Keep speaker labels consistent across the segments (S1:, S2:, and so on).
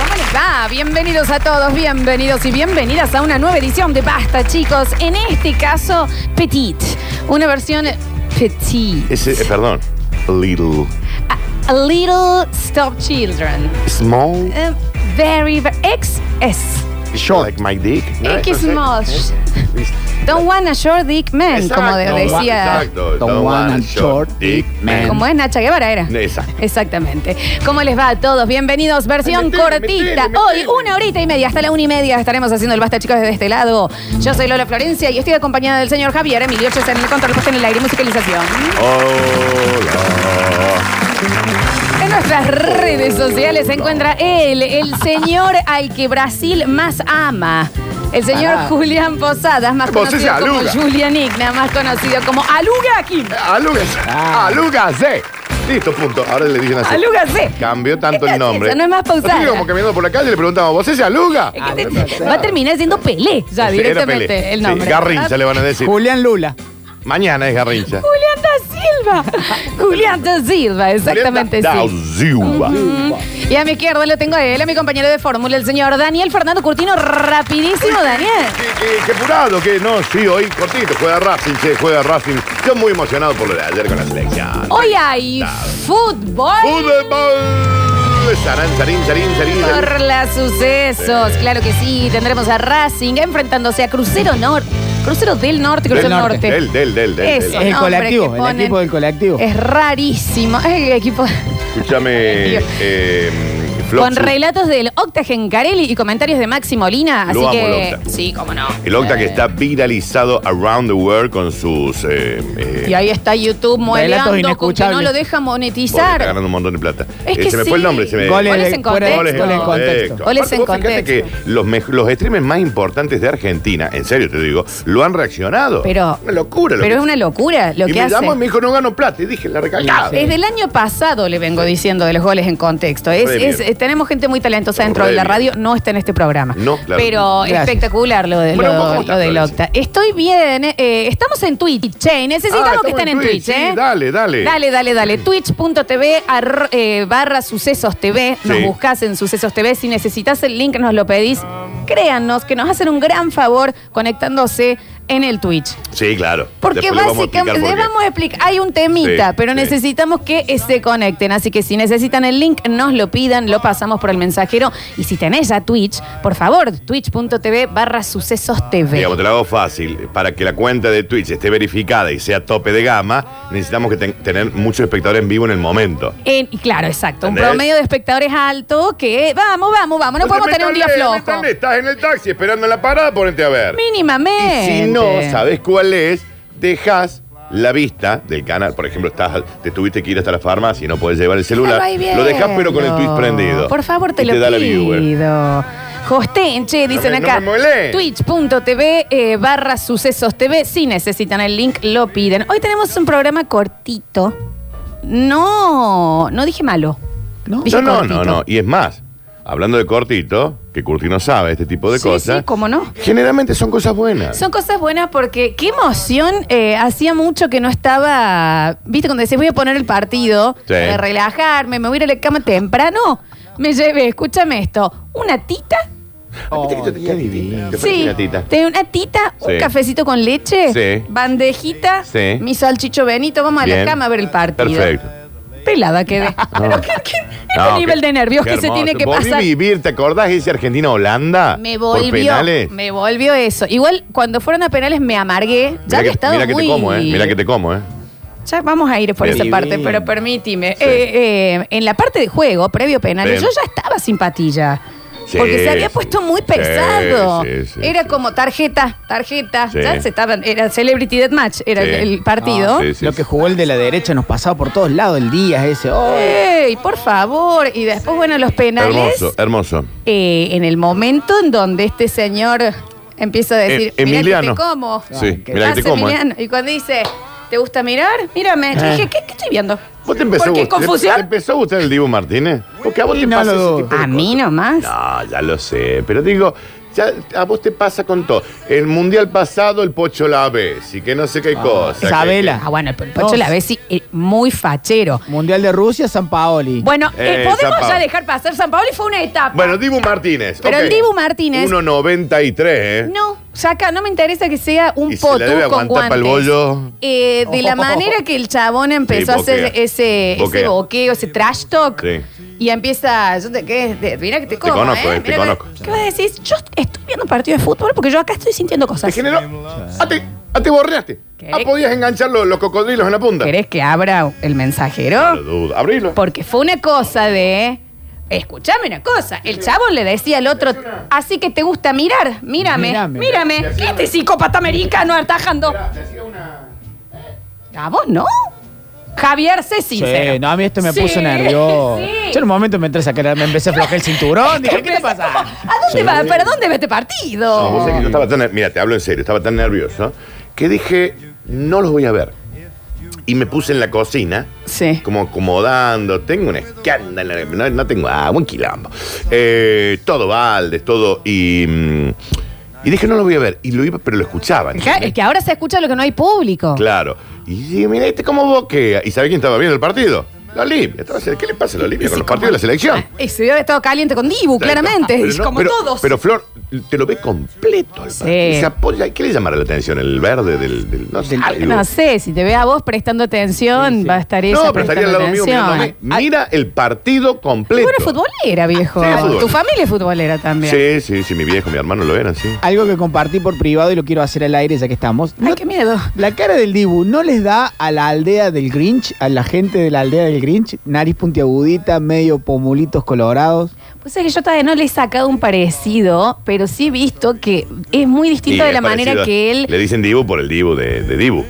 S1: Hola, bienvenidos a todos, bienvenidos y bienvenidas a una nueva edición de Basta, chicos. En este caso, Petit. Una versión Petit.
S2: Ese, eh, perdón. Little.
S1: A little Stop Children.
S2: Small.
S1: Eh, very, very. XS.
S2: Short. Like my dick. ¿no?
S1: X
S2: Entonces,
S1: small.
S2: ¿eh? Listo.
S1: Don't want a short dick man,
S2: Exacto,
S1: como de-
S2: don't wa-
S1: decía.
S2: exacto,
S3: Don't want a short dick man.
S1: Como es Nacha Guevara, era.
S2: Exacto.
S1: Exactamente. ¿Cómo les va a todos? Bienvenidos, versión
S2: Metele,
S1: cortita.
S2: metele, metele.
S1: Hoy, una horita y media, hasta la una y media estaremos haciendo el Basta Chicos desde este lado. Yo soy Lola Florencia y estoy acompañada del señor Javier Emilio Chesar en el control puesto en el aire y musicalización.
S2: Hola.
S1: En nuestras redes sociales se encuentra él, el señor al que Brasil más ama. El señor
S3: Pará.
S1: Julián Posadas, más
S2: Vos
S1: conocido
S2: ese
S1: como
S2: Aluga.
S1: Julian Igna, más conocido como Aluga Kim.
S2: Alúgase.
S3: Ah.
S2: Alúgase. eh. Listo, punto. Ahora le dicen así.
S1: Alúgase.
S2: Cambió tanto el nombre.
S1: Eso no es más pausada.
S2: Así que como caminando por la calle le preguntamos, ¿vos ese aluga?
S1: Es que te- va a terminar siendo Pelé ya
S2: Ese era
S1: directamente
S2: Pelé.
S1: el
S2: Sí,
S1: nombre.
S2: Garrincha le van a decir.
S3: Julián Lula.
S2: Mañana es Garrincha.
S1: Julián da Silva. Julián da Silva, exactamente
S2: Da
S1: sí.
S2: Silva.
S1: Y a mi izquierda lo tengo a él, a mi compañero de fórmula, el señor Daniel Fernando Curtino. Rapidísimo, Daniel.
S2: Qué, qué- qué apurado, que no, sí, hoy cortito, juega Racing, che, juega Racing. Yo muy emocionado por lo de ayer con la selección.
S1: Hoy hay fútbol
S2: ¡Fútbol! Sarán, sarín, sarín, sarín, sarín.
S1: por las sucesos. Claro que sí, tendremos a Racing enfrentándose a Crucero Norte. Crucero del Norte, Crucero
S3: norte.
S1: Norte.
S2: Del, del, del, del.
S1: Eso,
S2: del.
S3: El
S1: nombre
S3: colectivo,
S1: que
S3: el
S1: ponen.
S3: equipo del colectivo.
S1: Es rarísimo. El equipo.
S2: Escúchame,
S1: Dios.
S2: eh, Floxu.
S1: Con relatos del Octa Gencarelli y comentarios de Maxi Molina. Así
S2: Lo amo,
S1: que.
S2: el Octa.
S1: Sí, cómo no.
S2: El Octa que está viralizado around the world con sus... eh, eh,
S1: Y ahí está YouTube
S3: Relatos
S1: mueleando con que
S3: inescuchables.
S1: no lo deja
S2: porque está
S1: monetizar.
S2: ganando un montón de plata.
S1: Es
S2: Eh,
S1: que
S2: se me
S1: sí.
S2: fue el nombre, se me...
S3: Goles
S1: Goles
S3: de-
S1: en
S3: fuera de-
S1: contexto.
S3: goles en contexto.
S2: Correcto.
S1: Goles
S2: Aparte,
S1: en
S2: vos fijate que
S1: contexto.
S2: los, mej- los streamers más importantes de Argentina, en serio te digo, lo han reaccionado.
S1: Pero.
S2: Una locura. Lo
S1: Pero
S2: que-
S1: es una locura lo
S2: y
S1: que
S2: me
S1: hace.
S2: llamó y me dijo, no gano plata. Y dije, la recalcada.
S1: Ah, Desde el año pasado le vengo diciendo de los goles en contexto. Es-
S2: Re bien.
S1: es- eh, tenemos gente muy talentosa dentro
S2: Re
S1: de la
S2: bien.
S1: radio, no está en este programa.
S2: No, claro.
S1: Pero
S3: Gracias.
S1: espectacular lo, de,
S2: Bueno,
S1: lo-
S2: ¿vos cómo estás,
S1: lo del
S2: Florencia?
S1: Octa. Estoy bien, eh, eh, estamos en Twitch, che, necesitamos
S2: Ah,
S1: que
S2: estamos
S1: estén en Twitch,
S2: sí,
S1: ¿eh?
S2: dale, dale.
S1: Dale, dale, dale. Twitch.tv ar- eh, barra sucesos TV. Nos
S2: Sí.
S1: buscas en sucesos TV. Si necesitas el link, nos lo pedís. Créannos que nos hacen un gran favor conectándose en el Twitch.
S2: Sí, claro.
S1: Porque
S2: Después le vamos a explicar
S1: básicamente,
S2: por
S1: le
S2: qué.
S1: vamos a explicar, hay un temita,
S2: Sí,
S1: pero
S2: sí.
S1: necesitamos que eh, se conecten. Así que si necesitan el link, nos lo pidan, lo pasamos por el mensajero. Y si tenés ya Twitch, por favor, twitch.tv barra sucesos TV.
S2: Digamos, te lo hago fácil. Para que la cuenta de Twitch esté verificada y sea tope de gama, necesitamos que ten- tener muchos espectadores en vivo en el momento.
S1: En- y claro, exacto. Un
S2: ¿Entendés?
S1: promedio de espectadores alto que vamos, vamos, vamos. No,
S2: te
S1: podemos tener un día
S2: metas lejos,
S1: flojo.
S2: ¿entendés? Estás en el taxi esperando en la parada, ponete a ver. Y
S1: Mínimamente.
S2: si no sabes cuál es, dejas la vista del canal. Por ejemplo, estás, te tuviste que ir hasta la farmacia y no puedes llevar el celular.
S1: Déjalo ahí bien.
S2: Lo dejas pero con el Twitch prendido.
S1: Por favor, te
S2: Y
S1: lo
S2: da la viewer.
S1: pido. Hosteen, che, dicen
S2: me- no
S1: acá.
S2: me molé.
S1: Twitch.tv eh, barra sucesos TV. Si necesitan el link, lo piden. Hoy tenemos un programa cortito. No, no dije malo.
S3: ¿No?
S1: Dije
S2: No, no,
S1: cortito.
S2: no, no. Y es más, hablando de cortito, que Curti no sabe este tipo de
S1: Sí,
S2: cosas.
S1: sí, cómo no.
S2: Generalmente son cosas buenas.
S1: Son cosas buenas porque qué emoción. eh, hacía mucho que no estaba. ¿Viste? Cuando decís voy a poner el partido
S2: Sí.
S1: para relajarme, me voy a ir a la cama temprano. Me llevé, escúchame esto, una tita.
S2: ¿Viste que yo tenía divina? Te ofrecí
S1: Sí,
S2: una tita.
S1: tenía una tita, un
S2: Sí.
S1: cafecito con leche,
S2: Sí.
S1: bandejita,
S2: Sí.
S1: mi salchicho Benito, vamos a la
S2: Bien.
S1: cama a ver el partido.
S2: Perfecto.
S1: Pelada quedé. Pero qué, qué- este
S2: No,
S1: nivel
S2: qué-
S1: de nervios
S2: qué
S1: que se
S2: hermoso.
S1: tiene que
S2: Volví a
S1: pasar.
S2: vivir, ¿te acordás ese Argentina-Holanda?
S1: Me
S2: Por
S1: volvió,
S2: penales.
S1: me volvió eso. Igual cuando fueron a penales me amargué. Ya
S2: Mirá
S1: había
S2: que,
S1: estado
S2: mirá que
S1: muy...
S2: te como, ¿eh? Mirá que te como, ¿eh?
S1: Ya vamos a ir por
S2: Bien.
S1: esa parte,
S3: Divino.
S1: pero permítime.
S2: Sí.
S1: Eh, eh, en la parte de juego, previo penal,
S2: Bien.
S1: yo ya estaba sin patilla.
S2: Sí,
S1: porque se había
S2: sí.
S1: puesto muy
S2: Sí,
S1: pesado.
S2: sí, sí,
S1: era
S2: sí.
S1: como tarjeta, tarjeta.
S2: Sí.
S1: Ya se estaban. Era Celebrity Death Match, era
S2: Sí.
S1: el, el partido.
S2: Ah, sí, sí.
S3: Lo que jugó el de la derecha nos pasaba por todos lados el día ese. Oh,
S1: ¡Ey, por favor! Y después, bueno, los penales.
S2: Hermoso, hermoso.
S1: eh, en el momento en donde este señor empieza a decir.
S2: Eh, Emiliano.
S1: Mirá que te como.
S2: Sí,
S3: ¿qué
S2: mirá que te
S1: Hace
S2: como, ¿eh?
S1: Emiliano. Y cuando dice, ¿te gusta mirar? Mírame. Yo dije, ¿qué, qué estoy viendo?
S2: ¿Vos em, te empezó,
S1: ¿Por
S2: a
S1: qué
S2: gustar-
S1: confusión?
S2: te empezó a gustar el Dibu Martínez? Porque a vos
S3: Y
S2: te
S3: no
S2: pasa
S3: lo
S2: ese
S3: dudo.
S2: tipo de
S1: A mí
S2: cosas.
S1: nomás.
S2: No, ya lo sé, pero digo, Ya, a vos te pasa con todo. El mundial pasado, el Pocho la y que no sé qué cosa. que-
S3: Isabela.
S1: Ah, bueno, el Pocho la Bessi eh, muy fachero.
S3: Mundial de Rusia, San Paoli.
S1: Bueno, eh,
S2: Eh, San
S1: podemos
S2: Paolo.
S1: ya dejar pasar. San Paoli fue una etapa.
S2: que- Bueno, Dibu Martínez.
S1: Pero
S2: ok.
S1: el Dibu Martínez-
S2: 1.93, ¿eh?
S1: No, saca, no me interesa que sea un
S2: Y se
S1: potu
S2: la debe
S1: con
S2: aguantar
S1: guantes.
S2: pa'l bollo.
S1: Eh, de la
S3: Oh.
S1: manera que el chabón empezó
S2: Sí,
S1: a hacer
S2: boquea.
S1: ese, ese
S2: Boquea.
S1: boqueo, ese trash talk.
S2: Sí.
S1: Y empieza, yo te, ¿qué? De- mira que te, como,
S2: conozco, eh, te
S1: Mira que-
S2: conozco.
S1: ¿Qué vas a decir? Yo estoy viendo un partido de fútbol porque yo acá estoy sintiendo
S2: Te
S1: cosas.
S2: generó. Ah, te, ah, te borreaste.
S1: ¿Qué?
S2: Ah, podías enganchar los, los cocodrilos en la punta.
S1: ¿Querés que abra el mensajero?
S2: No lo dudo. Abrilo.
S1: Porque fue una cosa de. Escuchame una cosa. El chabón le decía al otro, así que te gusta mirar. Mírame. Mírame.
S3: Mírame.
S1: ¿Qué este psicópata americano atajando?
S2: eh.
S1: ¿A vos no? Javier, sé sincero.
S3: Sí, no, a mí esto me
S1: Sí,
S3: puso nervioso.
S1: sí.
S3: Yo en un momento me entré a sacar, me empecé a flojear el cinturón. Dije, ¿qué te
S1: Empezó como,
S3: pasa?
S1: ¿A dónde va? ¿Para dónde va este partido?
S2: No, Ah, vos sabés que yo estaba tan, mira, te hablo en serio, estaba tan nervioso que dije, no los voy a ver. Y me puse en la cocina,
S1: Sí.
S2: como acomodando, tengo un escándalo, no, no tengo agua, un quilombo. Eh, todo baldes, todo. Y, mm, y dije, no lo voy a ver. Y lo iba, pero lo escuchaba.
S1: Claro,
S2: ¿entendés?
S1: Es que ahora se escucha lo que no hay público.
S2: Claro. Y dije, mira, este cómo boquea. ¿Y sabe quién estaba viendo el partido? La Olivia. Estaba haciendo, ¿Qué le pasa a la Olivia con los partidos de la selección?
S1: Y se debe haber estado caliente con Dibu, claramente.
S2: Ah, Pero no,
S1: como
S2: pero-
S1: todos.
S2: Pero Flor, te lo ve completo. al
S1: Sí.
S2: partido. Se apoya. ¿Qué le llamará la atención? ¿El verde del.? del- no sé.
S3: Del-
S2: algo.
S1: no sé, si te ve a vos prestando atención, va a estar ella
S2: No, pero estaría al
S1: prestando
S2: lado mío
S1: atención.
S2: mirándome. Mira el partido
S1: Tú
S2: completo.
S1: eres futbolera, viejo.
S2: Sí, futbolera.
S1: tu familia es futbolera también.
S2: Sí, sí, sí. Mi viejo, mi hermano lo eran, sí.
S3: Algo que compartí por privado y lo quiero hacer al aire ya que estamos.
S1: Ay,
S3: No-
S1: qué miedo.
S3: la cara del Dibu no les da a la aldea del Grinch, a la gente de la aldea del Grinch, nariz puntiagudita, medio pomulitos colorados.
S1: Pues es que yo todavía no le he sacado un parecido, pero sí he visto que es muy distinto
S2: Y
S1: de la
S2: es parecido
S1: manera
S2: a-
S1: que él.
S2: Le dicen Dibu por el Dibu de, de Dibu.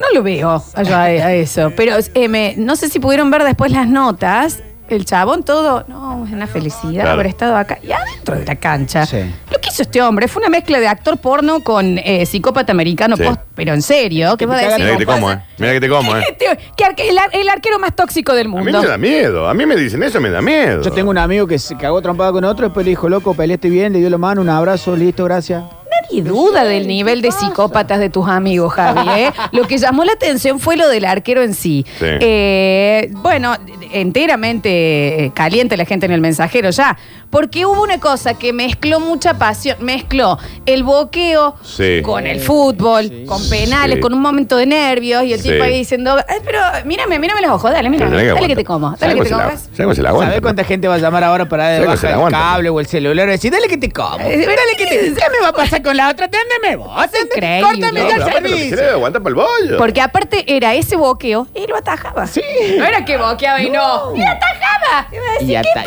S1: No lo veo a, yo a- a eso. Pero eh, me- no sé si pudieron ver después las notas. El chabón, todo. No, es una felicidad
S2: Claro.
S1: haber estado acá. Y adentro de la cancha.
S3: Sí.
S1: Lo que hizo este hombre fue una mezcla de actor porno con eh, psicópata americano.
S2: Sí.
S1: post- pero en serio, ¿qué
S3: Que
S1: va a
S3: te
S1: decir?
S3: cagan
S2: Mira que te
S1: No
S2: como,
S1: pasa-
S2: ¿eh? Mira que te como, ¿eh?
S1: Este, que arque- el, ar- el arquero más tóxico del
S2: A
S1: mundo.
S2: mí me da miedo. A mí me dicen eso, me da miedo.
S3: Yo tengo un amigo que se cagó trompada con otro, después le dijo, loco, peleaste bien, le dio la mano, un abrazo, listo, gracias.
S1: Nadie duda del nivel de psicópatas de tus amigos, Javi. ¿eh? Lo que llamó la atención fue lo del arquero en sí.
S2: Sí.
S1: Eh, bueno, enteramente eh, caliente la gente en el mensajero ya. Porque hubo una cosa que mezcló mucha pasión, mezcló el boqueo
S2: Sí.
S1: con el fútbol, con penales,
S2: Sí.
S1: con un momento de nervios y el
S2: Sí.
S1: tipo ahí diciendo, "Ay, pero mírame, mírame los ojos, dale,
S2: Pero
S1: mírame,
S2: tenés
S1: dale que te
S2: aguantar.
S1: como, dale
S2: ¿Sabés
S1: que
S2: cómo
S1: te
S2: se la-
S1: comas.
S2: ¿Sabés cómo se la aguanta?
S3: ¿Sabés cuánta gente va a llamar ahora para
S2: Sabés que se
S3: debajo
S2: la
S3: el
S2: aguanta.
S3: cable o el celular y decir, dale que te como?
S1: Eh,
S3: Dale que te... ¿Qué me va a pasar con la otra? Aténdeme vos,
S1: increíble.
S3: aténdeme, córtame
S2: No,
S3: ya
S2: pero
S3: el
S2: aparte lo que se
S3: servicio.
S2: le aguanta para el bollo.
S1: Porque aparte era ese boqueo y lo atajaba.
S3: Sí.
S1: No era que boqueaba y no. ¡Y lo atajaba! Y me decía,
S3: Y ata-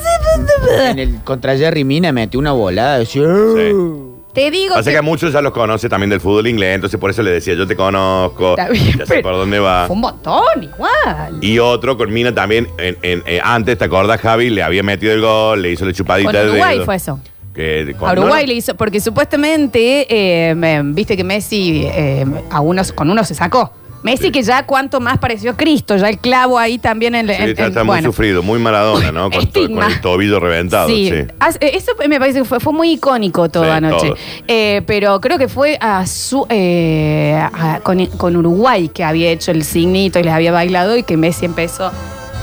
S1: ¿qué
S3: En el contra Jerry Mina metió una volada. Decía,
S1: Te digo
S2: Pasa que
S1: que
S2: a muchos ya los conoce también del fútbol inglés, entonces por eso le decía, yo te conozco,
S1: Está bien,
S2: ya sé
S1: pero-
S2: por dónde va.
S1: fue un montón igual.
S2: Y otro con Mina también, en- en- eh, antes, ¿te acordás, Javi? Le había metido el gol, le hizo la chupadita
S1: Con
S2: de
S1: Uruguay
S2: dedo.
S1: fue eso.
S2: Que- con-
S1: A Uruguay
S2: no,
S1: le hizo, porque supuestamente, eh, me- viste que Messi eh, a unos, con uno se sacó. Messi que ya cuanto más pareció Cristo, ya el clavo ahí también en,
S2: no, sí,
S1: en-
S2: está,
S1: en-
S2: está muy
S1: bueno.
S2: sufrido, muy Maradona, ¿no? Con, to-
S1: Estigma.
S2: con el tobillo reventado, sí.
S1: Sí, As- eh, eso me parece que fue, fue muy icónico toda
S2: Sí,
S1: anoche.
S2: todo.
S1: Eh, pero creo que fue a su, eh, a- con, con Uruguay que había hecho el signito y les había bailado y que Messi empezó.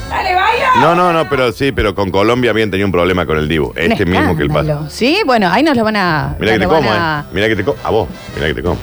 S1: ¡Dale, baila!
S2: No, no, no, pero sí, pero con Colombia habían tenido un problema con el Dibu,
S1: Un
S2: este mismo que el
S1: escándalo.
S2: paso.
S1: Sí, bueno, ahí nos lo van a.
S2: Mira que te
S1: nos lo
S2: como,
S1: van
S2: ¿eh?
S1: a-
S2: Mira que te como. A vos, mira que te como.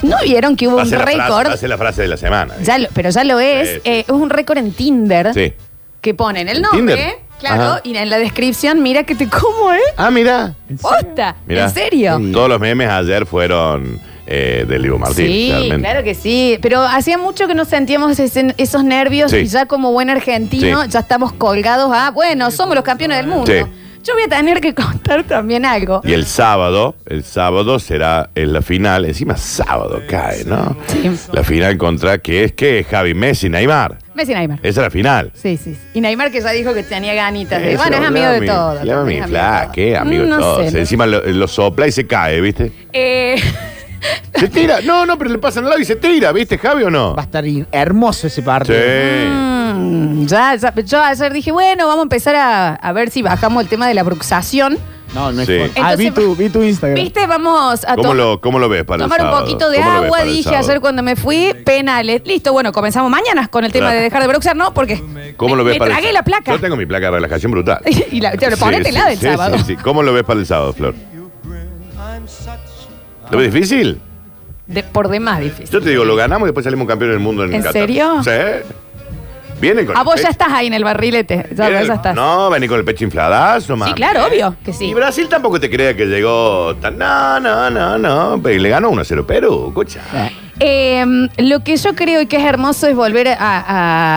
S1: ¿No vieron que hubo
S2: Va a
S1: un
S2: ser la frase-
S1: récord?
S2: va a ser la frase de la semana. ¿eh?
S1: Ya lo- pero ya lo es.
S2: Sí, sí.
S1: eh, es un récord en Tinder
S2: Sí.
S1: que ponen el
S2: ¿En
S1: nombre,
S2: Tinder?
S1: claro,
S2: Ajá.
S1: y en la descripción, mira que te como, ¿eh?
S2: Ah, mira.
S1: ¡Posta!
S2: Mirá.
S1: ¿En serio?
S3: Sí.
S2: Todos los memes ayer fueron eh, del Dibu Martínez.
S1: sí,
S2: realmente.
S1: claro que sí. Pero hacía mucho que no sentíamos ese- esos nervios
S2: Sí.
S1: y ya como buen argentino
S2: Sí.
S1: ya estamos colgados a, bueno, somos los campeones del mundo.
S2: Sí.
S1: Yo voy a tener que contar también algo.
S2: Y el sábado, el sábado será en la final, encima sábado cae, ¿no?
S1: Sí.
S2: La final contra, que es que Javi Messi, Neymar.
S1: Messi y Neymar.
S2: Esa es la final.
S1: Sí, sí. sí. Y Neymar que ya dijo que tenía ganitas. De,
S2: Ese
S1: bueno, es
S2: lo
S1: amigo de
S2: llama
S1: todo.
S2: mi- Llama mi
S1: también es
S2: fla, ¿qué? Amigo de
S1: no
S2: todos.
S1: Sé, no-
S2: Encima lo, lo sopla y se cae, ¿viste?
S1: Eh,
S2: Se tira. No, no, pero le pasan al lado y se tira, ¿viste, Javi o no?
S3: Va a estar hermoso ese
S2: Sí.
S3: partido.
S1: mm, ya, ya- yo ayer dije, bueno, vamos a empezar a, a ver si bajamos el tema de la bruxación.
S3: No, no es
S2: Sí.
S3: por- Ah, vi tu, vi tu Instagram.
S1: ¿Viste? Vamos a
S2: ¿Cómo
S1: to-
S2: lo, ¿Cómo lo ves para el
S1: tomar un
S2: sábado?
S1: poquito de
S2: ¿Cómo lo ves
S1: agua.
S2: para el
S1: Dije
S2: sábado?
S1: ayer cuando me fui, penales. Listo, bueno, comenzamos mañana con el tema
S2: Claro.
S1: de dejar de bruxar, ¿no? Porque
S2: ¿Cómo lo
S1: me,
S2: ves
S1: me
S2: para el
S1: tragué
S2: sábado?
S1: la placa.
S2: Yo tengo mi placa de relajación brutal.
S1: y la, te lo ponete la del
S2: sí,
S1: sábado.
S2: sí, sí. ¿Cómo lo ves para el sábado, Flor? ¿Lo ves difícil?
S1: De- por demás difícil.
S2: Yo te digo, lo ganamos y después salimos campeones del mundo en
S1: ¿En
S2: Qatar.
S1: serio?
S2: Sí. Vienen con
S1: A
S2: el
S1: vos ya
S2: pecho-
S1: estás ahí en el barrilete. Ya,
S2: vienen-
S1: ya estás.
S2: No, vení con el pecho infladazo, mami.
S1: sí, claro, obvio que sí.
S2: Y Brasil tampoco te crea que llegó tan... No, no, no, no. Pero le ganó 1-0 Perú, cocha.
S1: Eh, lo que yo creo y que es hermoso es volver a, a-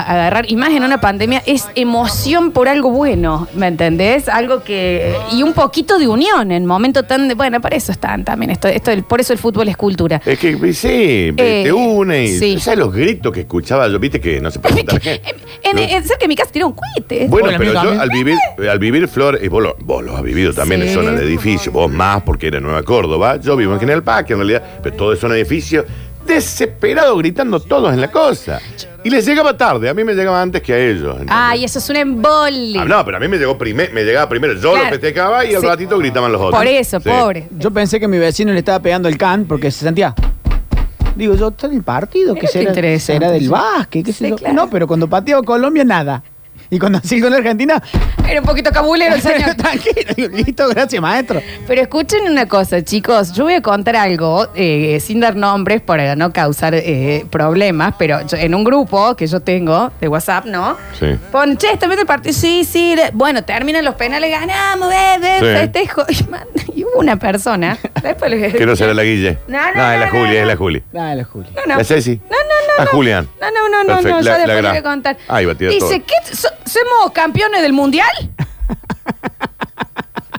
S1: a agarrar, y más en una pandemia, es emoción por algo bueno, ¿me entendés? Algo que. Y un poquito de unión en momento tan. de- bueno, para eso están también. Esto, esto, del- por eso el fútbol es cultura.
S2: Es que eh, sí,
S1: Eh,
S2: te une y
S1: sí.
S2: ¿sabes los gritos que escuchaba yo, viste que no se puede juntar gente.
S1: En,
S2: No.
S1: en- cerca de mi casa tiene un cohete.
S2: Bueno,
S3: Hola,
S2: pero
S3: amigo,
S2: yo
S3: amigo.
S2: al vivir, eh, al vivir Flor, y vos lo, vos lo has vivido también
S1: Sí.
S2: en zona de edificio, vos más porque era Nueva Córdoba, yo vivo en General Paz, que en realidad, pero todo es zona de edificio, desesperado gritando todos en la cosa. Y les llegaba tarde, a mí me llegaba antes que a ellos. ¿entendés?
S1: Ay, eso es un embole.
S2: Ah, no, pero a mí me llegó primero, me llegaba primero, yo
S1: Claro.
S2: lo festejaba y al
S1: Sí.
S2: ratito gritaban los otros.
S1: por eso,
S2: Sí.
S1: pobre.
S3: Yo pensé que mi vecino le estaba pegando el can porque se sentía. Digo, yo está en el partido,
S1: Mira
S3: que
S1: qué
S3: será,
S1: interesante,
S3: será del
S1: sí.
S3: básquet, qué
S1: Sí,
S3: sé yo.
S1: claro.
S3: No, pero cuando pateó Colombia, nada. Y cuando así con la Argentina,
S1: Era un poquito cabulero el señor.
S3: tranquilo, digo, listo, gracias, maestro.
S1: Pero escuchen una cosa, chicos. Yo voy a contar algo, eh, sin dar nombres para no causar eh, problemas, pero yo- en un grupo que yo tengo de WhatsApp, ¿no?
S2: Sí.
S1: Pon, che, está viendo el partido. Sí, sí. de- Bueno, terminan los penales, ganamos, bebé,
S2: Sí.
S1: festejo. Y, man- y hubo una persona. Después les-
S2: Que no será la Guille.
S1: No, no,
S2: es la
S1: no,
S2: Juli,
S1: no,
S2: es la
S1: no.
S2: Juli.
S3: Dale, Julio.
S1: No, no.
S2: La Ceci.
S1: No, no, no.
S2: Ah,
S1: no.
S2: Julián.
S1: No, no, no, no,
S2: Perfecto,
S1: no. Yo
S2: la- la
S1: después les
S2: gran.
S1: voy a contar.
S2: Ahí va a tirar
S1: Dice,
S2: todo.
S1: ¿qué? So- ¿Somos campeones del mundial?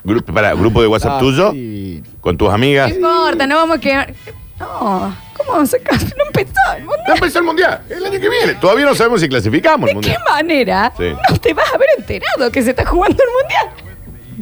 S2: Grupo, para, grupo de WhatsApp
S3: Ah,
S2: tuyo,
S3: sí.
S2: con tus amigas.
S1: No importa, no vamos a quedar. No, ¿cómo vamos a ser campeones? No empezó el mundial.
S2: No empezó el mundial, el año que viene. Todavía no sabemos si clasificamos el
S1: ¿De qué
S2: mundial.
S1: manera
S2: Sí.
S1: no te vas a haber enterado que se está jugando el mundial?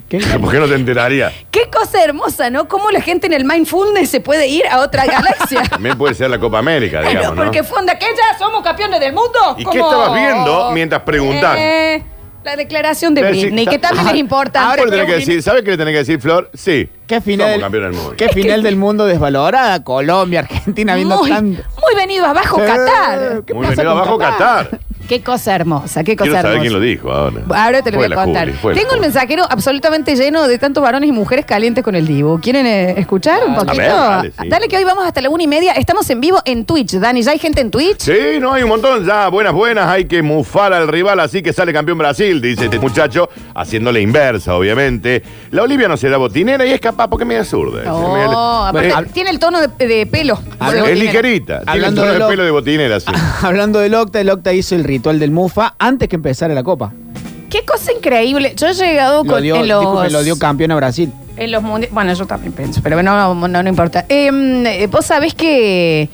S3: ¿Qué?
S2: ¿Por qué no te enteraría?
S1: Qué cosa hermosa, ¿no? Cómo la gente en el mindfulness se puede ir a otra galaxia.
S2: También puede ser la Copa América,
S1: Claro,
S2: digamos, ¿no?
S1: porque funda que ya somos campeones del mundo.
S2: ¿Y
S1: como-
S2: qué estabas viendo mientras preguntás?
S1: Eh, la declaración de
S2: Te decís-
S1: Britney, que también es importante.
S2: Ahora le tenés que
S1: Pero
S2: decir, ¿sabes qué le tenés que decir, Flor? Sí.
S3: ¿Qué final,
S2: Somos campeones del mundo.
S3: ¿Qué final del mundo desvalorada? Colombia, Argentina, viendo
S1: Muy,
S3: tanto.
S1: muy venido abajo,
S3: Eh,
S1: Qatar.
S3: ¿qué
S2: Muy
S3: pasa
S2: venido
S3: con
S2: abajo Qatar.
S1: Qué cosa hermosa, qué cosa
S2: Quiero saber
S1: hermosa.
S2: quién lo dijo ahora.
S1: Ahora te lo
S2: Fue
S1: voy a
S2: la
S1: contar.
S2: Juli, fue la
S1: Tengo un
S2: Juli.
S1: mensajero absolutamente lleno de tantos varones y mujeres calientes con el Divo. ¿Quieren eh, escuchar un
S2: A ver,
S1: poquito?
S2: dale, sí.
S1: que hoy vamos hasta la una y media. Estamos en vivo en Twitch, Dani. ¿Ya hay gente en Twitch?
S2: Sí, no, hay un montón. Ya, buenas, buenas. Hay que mufar al rival, así que sale campeón Brasil, dice este muchacho, haciéndole inversa, obviamente. La Olivia no será botinera y es capaz porque es media zurda.
S1: No,
S2: Dice, media-
S1: aparte,
S2: Eh,
S1: tiene el tono de, de pelo.
S3: A
S1: de
S3: ver,
S1: botinera.
S2: es ligerita. Tiene el
S3: Hablando
S2: tono
S3: de
S2: de
S3: lo-
S2: pelo de botinera, sí.
S3: Hablando del Octa, el Octa hizo el ritual del Mufa antes que empezara la Copa.
S1: Qué cosa increíble. Yo he llegado
S3: Lo
S1: con,
S3: dio,
S1: en los...
S3: disculpe, lo dio campeón a Brasil.
S1: En los mundiales. Bueno, yo también pienso, pero no, no, no importa. Em, eh, vos sabés que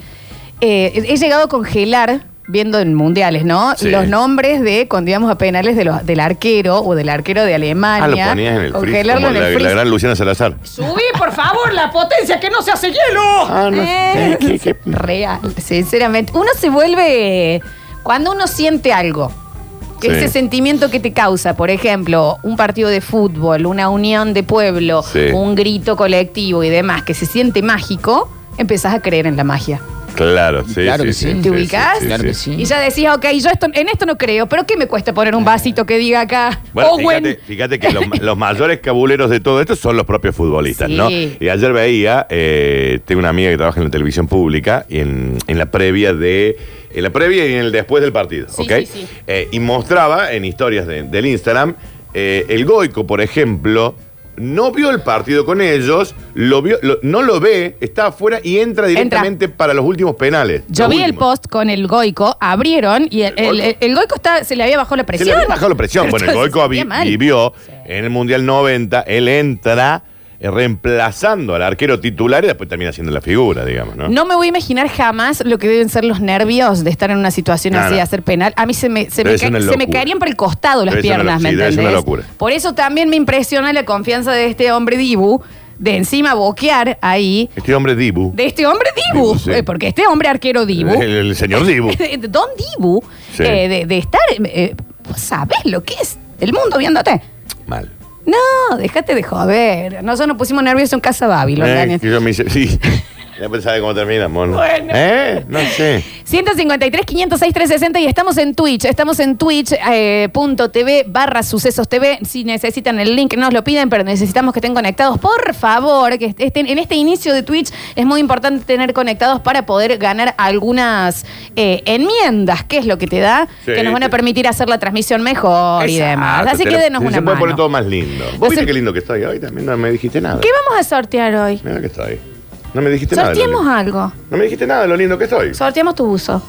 S1: eh, he llegado a congelar, viendo en mundiales, ¿no?
S2: Sí.
S1: Los nombres de cuando íbamos a penales de los, del arquero o del arquero de Alemania.
S2: Ah, lo ponías en el freezer,
S1: Congelarlo en
S2: como
S1: el
S2: la, la
S1: freezer.
S2: gran Luciana Salazar.
S1: Subí, por favor, la potencia que no se hace hielo.
S2: Ah, no,
S1: Eh,
S2: ¿qué- qué- qué?
S1: Real, sinceramente. Uno se vuelve. Cuando uno siente algo,
S2: Sí.
S1: ese sentimiento que te causa, por ejemplo, un partido de fútbol, una unión de pueblo,
S2: Sí.
S1: un grito colectivo y demás, que se siente mágico, empezás a creer en la magia.
S2: Claro, sí.
S3: Claro que sí.
S1: ¿Te
S2: sí,
S1: ubicás?
S2: sí,
S3: Claro que sí.
S1: Y ya decís, ok, yo esto, en esto no creo, pero ¿qué me cuesta poner un vasito que diga acá?
S2: Bueno,
S1: Owen.
S2: fíjate, fíjate que los, los mayores cabuleros de todo esto son los propios futbolistas,
S1: Sí.
S2: ¿no? Y ayer veía, eh, tengo una amiga que trabaja en la televisión pública, y en, en la previa de. En la previa y en el después del partido,
S1: Sí,
S2: ¿ok?
S1: sí, sí.
S2: Eh, y mostraba en historias de- del Instagram, eh, el Goico, por ejemplo. No vio el partido con ellos, lo vio, lo- no lo ve, está afuera y entra directamente para los últimos penales.
S1: Yo
S2: Los
S1: vi el
S2: últimos.
S1: post con el Goico, abrieron y el,
S2: ¿El
S1: el-
S2: Goico?
S1: el- el Goico está, se le había bajado la
S2: Se
S1: presión.
S2: le había bajado la presión.
S1: Pero
S2: Bueno, el
S1: entonces
S2: Goico
S1: se sentía
S2: vi-
S1: mal.
S2: vivió en el Mundial 90, él entra eh, reemplazando al arquero titular y después termina siendo la figura, digamos, ¿no?
S1: No me voy a imaginar jamás lo que deben ser los nervios de estar en una situación
S2: Nada.
S1: así, de hacer penal. A mí se me, se me,
S2: Debe ser
S1: ca-
S2: una
S1: se
S2: locura.
S1: me caerían por el costado las
S2: Debe ser una
S1: piernas,
S2: lo-
S1: ¿me
S2: sí, debe ser una
S1: entendés?
S2: locura.
S1: Por eso también me impresiona la confianza de este hombre Dibu, de encima boquear ahí,
S2: Este hombre Dibu.
S1: de este hombre Dibu,
S2: Dibu, sí.
S1: eh, porque este hombre arquero Dibu,
S2: El, el señor Dibu.
S1: Don Dibu,
S2: Sí.
S1: eh, de, de estar, eh, vos sabés lo que es el mundo viéndote.
S2: Mal.
S1: No, déjate de joder. Nosotros nos pusimos nerviosos en Casa Babilón,
S2: Eh,
S1: Daniel.
S2: que yo me hice, sí. Ya pues sabe cómo terminamos, ¿no?
S1: Bueno.
S2: ¿Eh? No sé.
S1: 153, 506, 360 y estamos en Twitch. eh, Estamos en twitch.tv barra sucesos TV. Si necesitan el link, nos lo piden, pero necesitamos que estén conectados. Por favor, que estén en este inicio de Twitch es muy importante tener conectados para poder ganar algunas eh, enmiendas, que es lo que te da,
S2: Sí,
S1: que nos van a
S2: te-
S1: permitir hacer la transmisión mejor y demás.
S2: Exacto,
S1: Así
S2: te
S1: que
S2: la-
S1: denos
S2: se
S1: una
S2: Se puede poner todo
S1: mano.
S2: más lindo. ¿Vos
S1: No
S2: viste
S1: sé-
S2: qué lindo que estoy hoy? También no me dijiste nada.
S1: ¿Qué vamos a sortear hoy?
S2: Mira que estoy. No me dijiste nada. Este de lo
S1: Sorteemos
S2: lindo.
S1: algo.
S2: No me dijiste nada de lo lindo que estoy.
S1: Sorteamos tu buzo.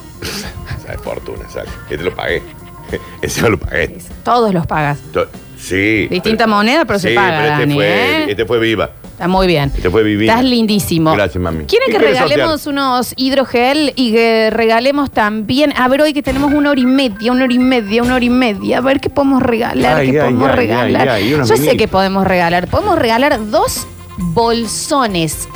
S2: Sabes, fortuna, ¿sabes? Que te lo pagué. Ese lo pagué.
S1: Todos los pagas.
S2: To- Sí.
S1: Distinta moneda, pero se
S2: sí,
S1: paga,
S2: pero este,
S1: Dani,
S2: fue,
S1: ¿eh?
S2: este fue viva.
S1: Está muy bien.
S2: Este fue divino.
S1: Estás lindísimo.
S2: Gracias, mami.
S1: ¿Quieren
S2: ¿Qué
S1: que
S2: quieres
S1: regalemos unos hidrogel y que regalemos también? A ver, hoy que tenemos una hora y media, una hora y media, una hora y media. A ver qué podemos regalar,
S2: Ay,
S1: qué
S2: ay,
S1: podemos
S2: ay,
S1: regalar.
S2: ay, ay, unos
S1: Yo sé
S2: vinilos.
S1: que podemos regalar. Podemos regalar dos bolsones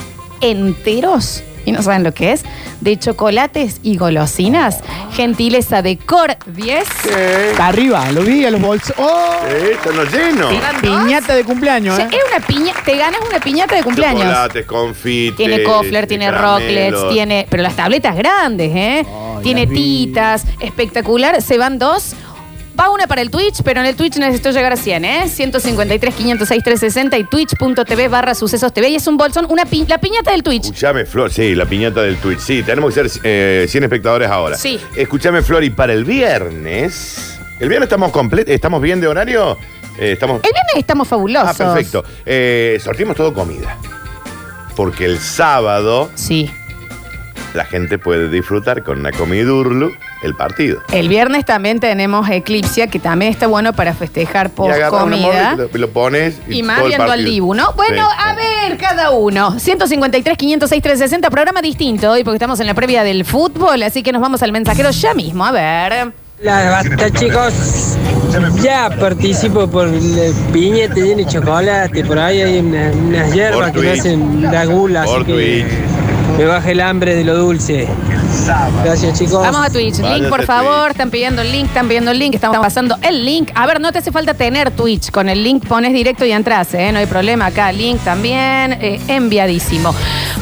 S1: enteros. Y no saben lo que es. De chocolates y golosinas. Gentileza de Cor 10.
S2: Sí.
S3: Está arriba, lo vi a los bolsos. ¡Oh!
S2: Sí, está no lleno.
S1: ¿Eran dos?
S3: Piñata de cumpleaños,
S1: O sea,
S3: ¿eh?
S1: es una piña, te ganas una piñata de cumpleaños.
S2: Chocolates, confites.
S1: Tiene Kofler, tiene
S2: caramelos.
S1: Rocklets, tiene. Pero las tabletas grandes, ¿eh?
S3: Ay,
S1: tiene
S3: las vi.
S1: titas, espectacular. Se van dos. Va una para el Twitch, pero en el Twitch necesito llegar a 100, ¿eh? 153, 506, 360 y twitch.tv barra sucesos TV. Y es un bolsón, una pi- la piñata del Twitch.
S2: Escuchame, Flor, sí, la piñata del Twitch. Sí, tenemos que ser eh, 100 espectadores ahora.
S1: Sí.
S2: Escuchame, Flor, y para el viernes. ¿El viernes estamos completos? ¿Estamos bien de horario? Eh, estamos.
S1: El viernes estamos
S2: Ah,
S1: fabulosos.
S2: perfecto. Eh, sortimos todo comida. Porque el sábado
S1: Sí.
S2: la gente puede disfrutar con una comidurlu el partido.
S1: El viernes también tenemos Eclipsia, que también está bueno para festejar
S2: y
S1: post
S2: agarras una
S1: comida.
S2: mordida y lo, lo pones y,
S1: Y más
S2: todo el
S1: viendo al
S2: partido.
S1: Dibu, ¿no? Bueno,
S2: Sí.
S1: a ver, cada uno. 153, 506, 360, programa distinto hoy porque estamos en la previa del fútbol, así que nos vamos al mensajero ya mismo, a ver.
S4: La basta chicos, ya participo por el piñete tiene chocolate, por ahí hay una- unas hierbas que me
S2: Twitch.
S4: hacen la gula, así
S2: Por
S4: que
S2: Twitch.
S4: me baja el hambre de lo dulce. Gracias chicos.
S1: Vamos a Twitch.
S2: Váyanse
S1: Link, por
S2: a
S1: favor.
S2: Twitch.
S1: Están pidiendo el link, están pidiendo el link. Estamos pasando el link. A ver, no te hace falta tener Twitch. Con el link pones directo y entras, ¿eh? No hay problema. Acá link también. eh, enviadísimo.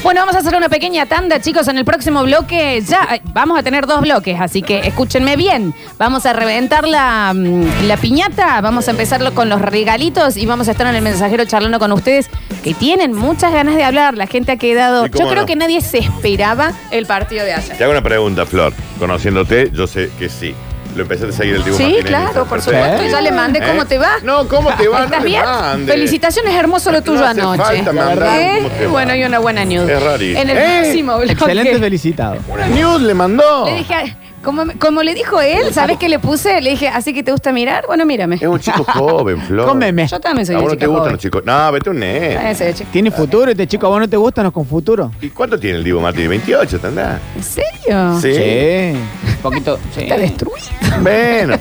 S1: Bueno, vamos a hacer una pequeña tanda, chicos. En el próximo bloque ya ay, vamos a tener dos bloques, así que escúchenme bien. Vamos a reventar la, mm, la piñata, vamos a empezarlo con los regalitos y vamos a estar en el mensajero charlando con ustedes que tienen muchas ganas de hablar. La gente ha quedado.
S2: Sí,
S1: Yo
S2: cómo
S1: creo
S2: no.
S1: que nadie se esperaba el partido de ayer.
S2: Te hago una pregunta, Flor. Conociéndote, yo sé que sí. Lo empecé a seguir el Dibu
S1: Sí,
S2: Martínez.
S1: claro, por
S2: Perfecto.
S1: supuesto. Ya le mandé
S2: ¿Eh?
S1: cómo te va.
S2: No, ¿cómo te va?
S1: ¿Estás
S2: No le
S1: bien?
S2: mande.
S1: Felicitaciones, hermoso lo tuyo
S2: No hace
S1: anoche.
S2: falta mandar
S1: ¿Eh?
S2: cómo te va.
S1: Bueno, y una buena news.
S2: Es rarísimo.
S1: En el
S2: ¡Eh!
S1: próximo bloque.
S3: Excelente felicitado.
S2: Una news le mandó.
S1: Le dije, a- como, como le dijo él, ¿sabes qué le puse? Le dije, ¿así que te gusta mirar? Bueno, mírame.
S2: Es un chico joven, Flor.
S3: Cómeme.
S1: Yo también soy
S2: ¿A
S1: una
S2: vos no
S1: chica
S2: te gustan
S1: joven.
S2: los chicos? No, vete un nene.
S1: Ah, soy una chica.
S3: Tiene futuro este chico, a vos no te gustan los con futuro.
S2: ¿Y cuánto tiene el Dibu Martínez? 28, ¿tendrá?
S1: ¿En serio?
S2: Sí.
S3: Un poquito. sí.
S1: Está destruido.
S2: Bueno,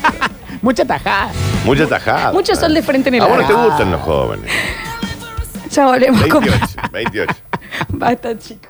S3: Mucha tajada.
S2: mucha tajada.
S1: Mucho sol de frente en el
S2: A vos no
S1: arco.
S2: te gustan los jóvenes.
S1: Ya volvemos con
S2: 28, 28.
S1: Basta, chicos.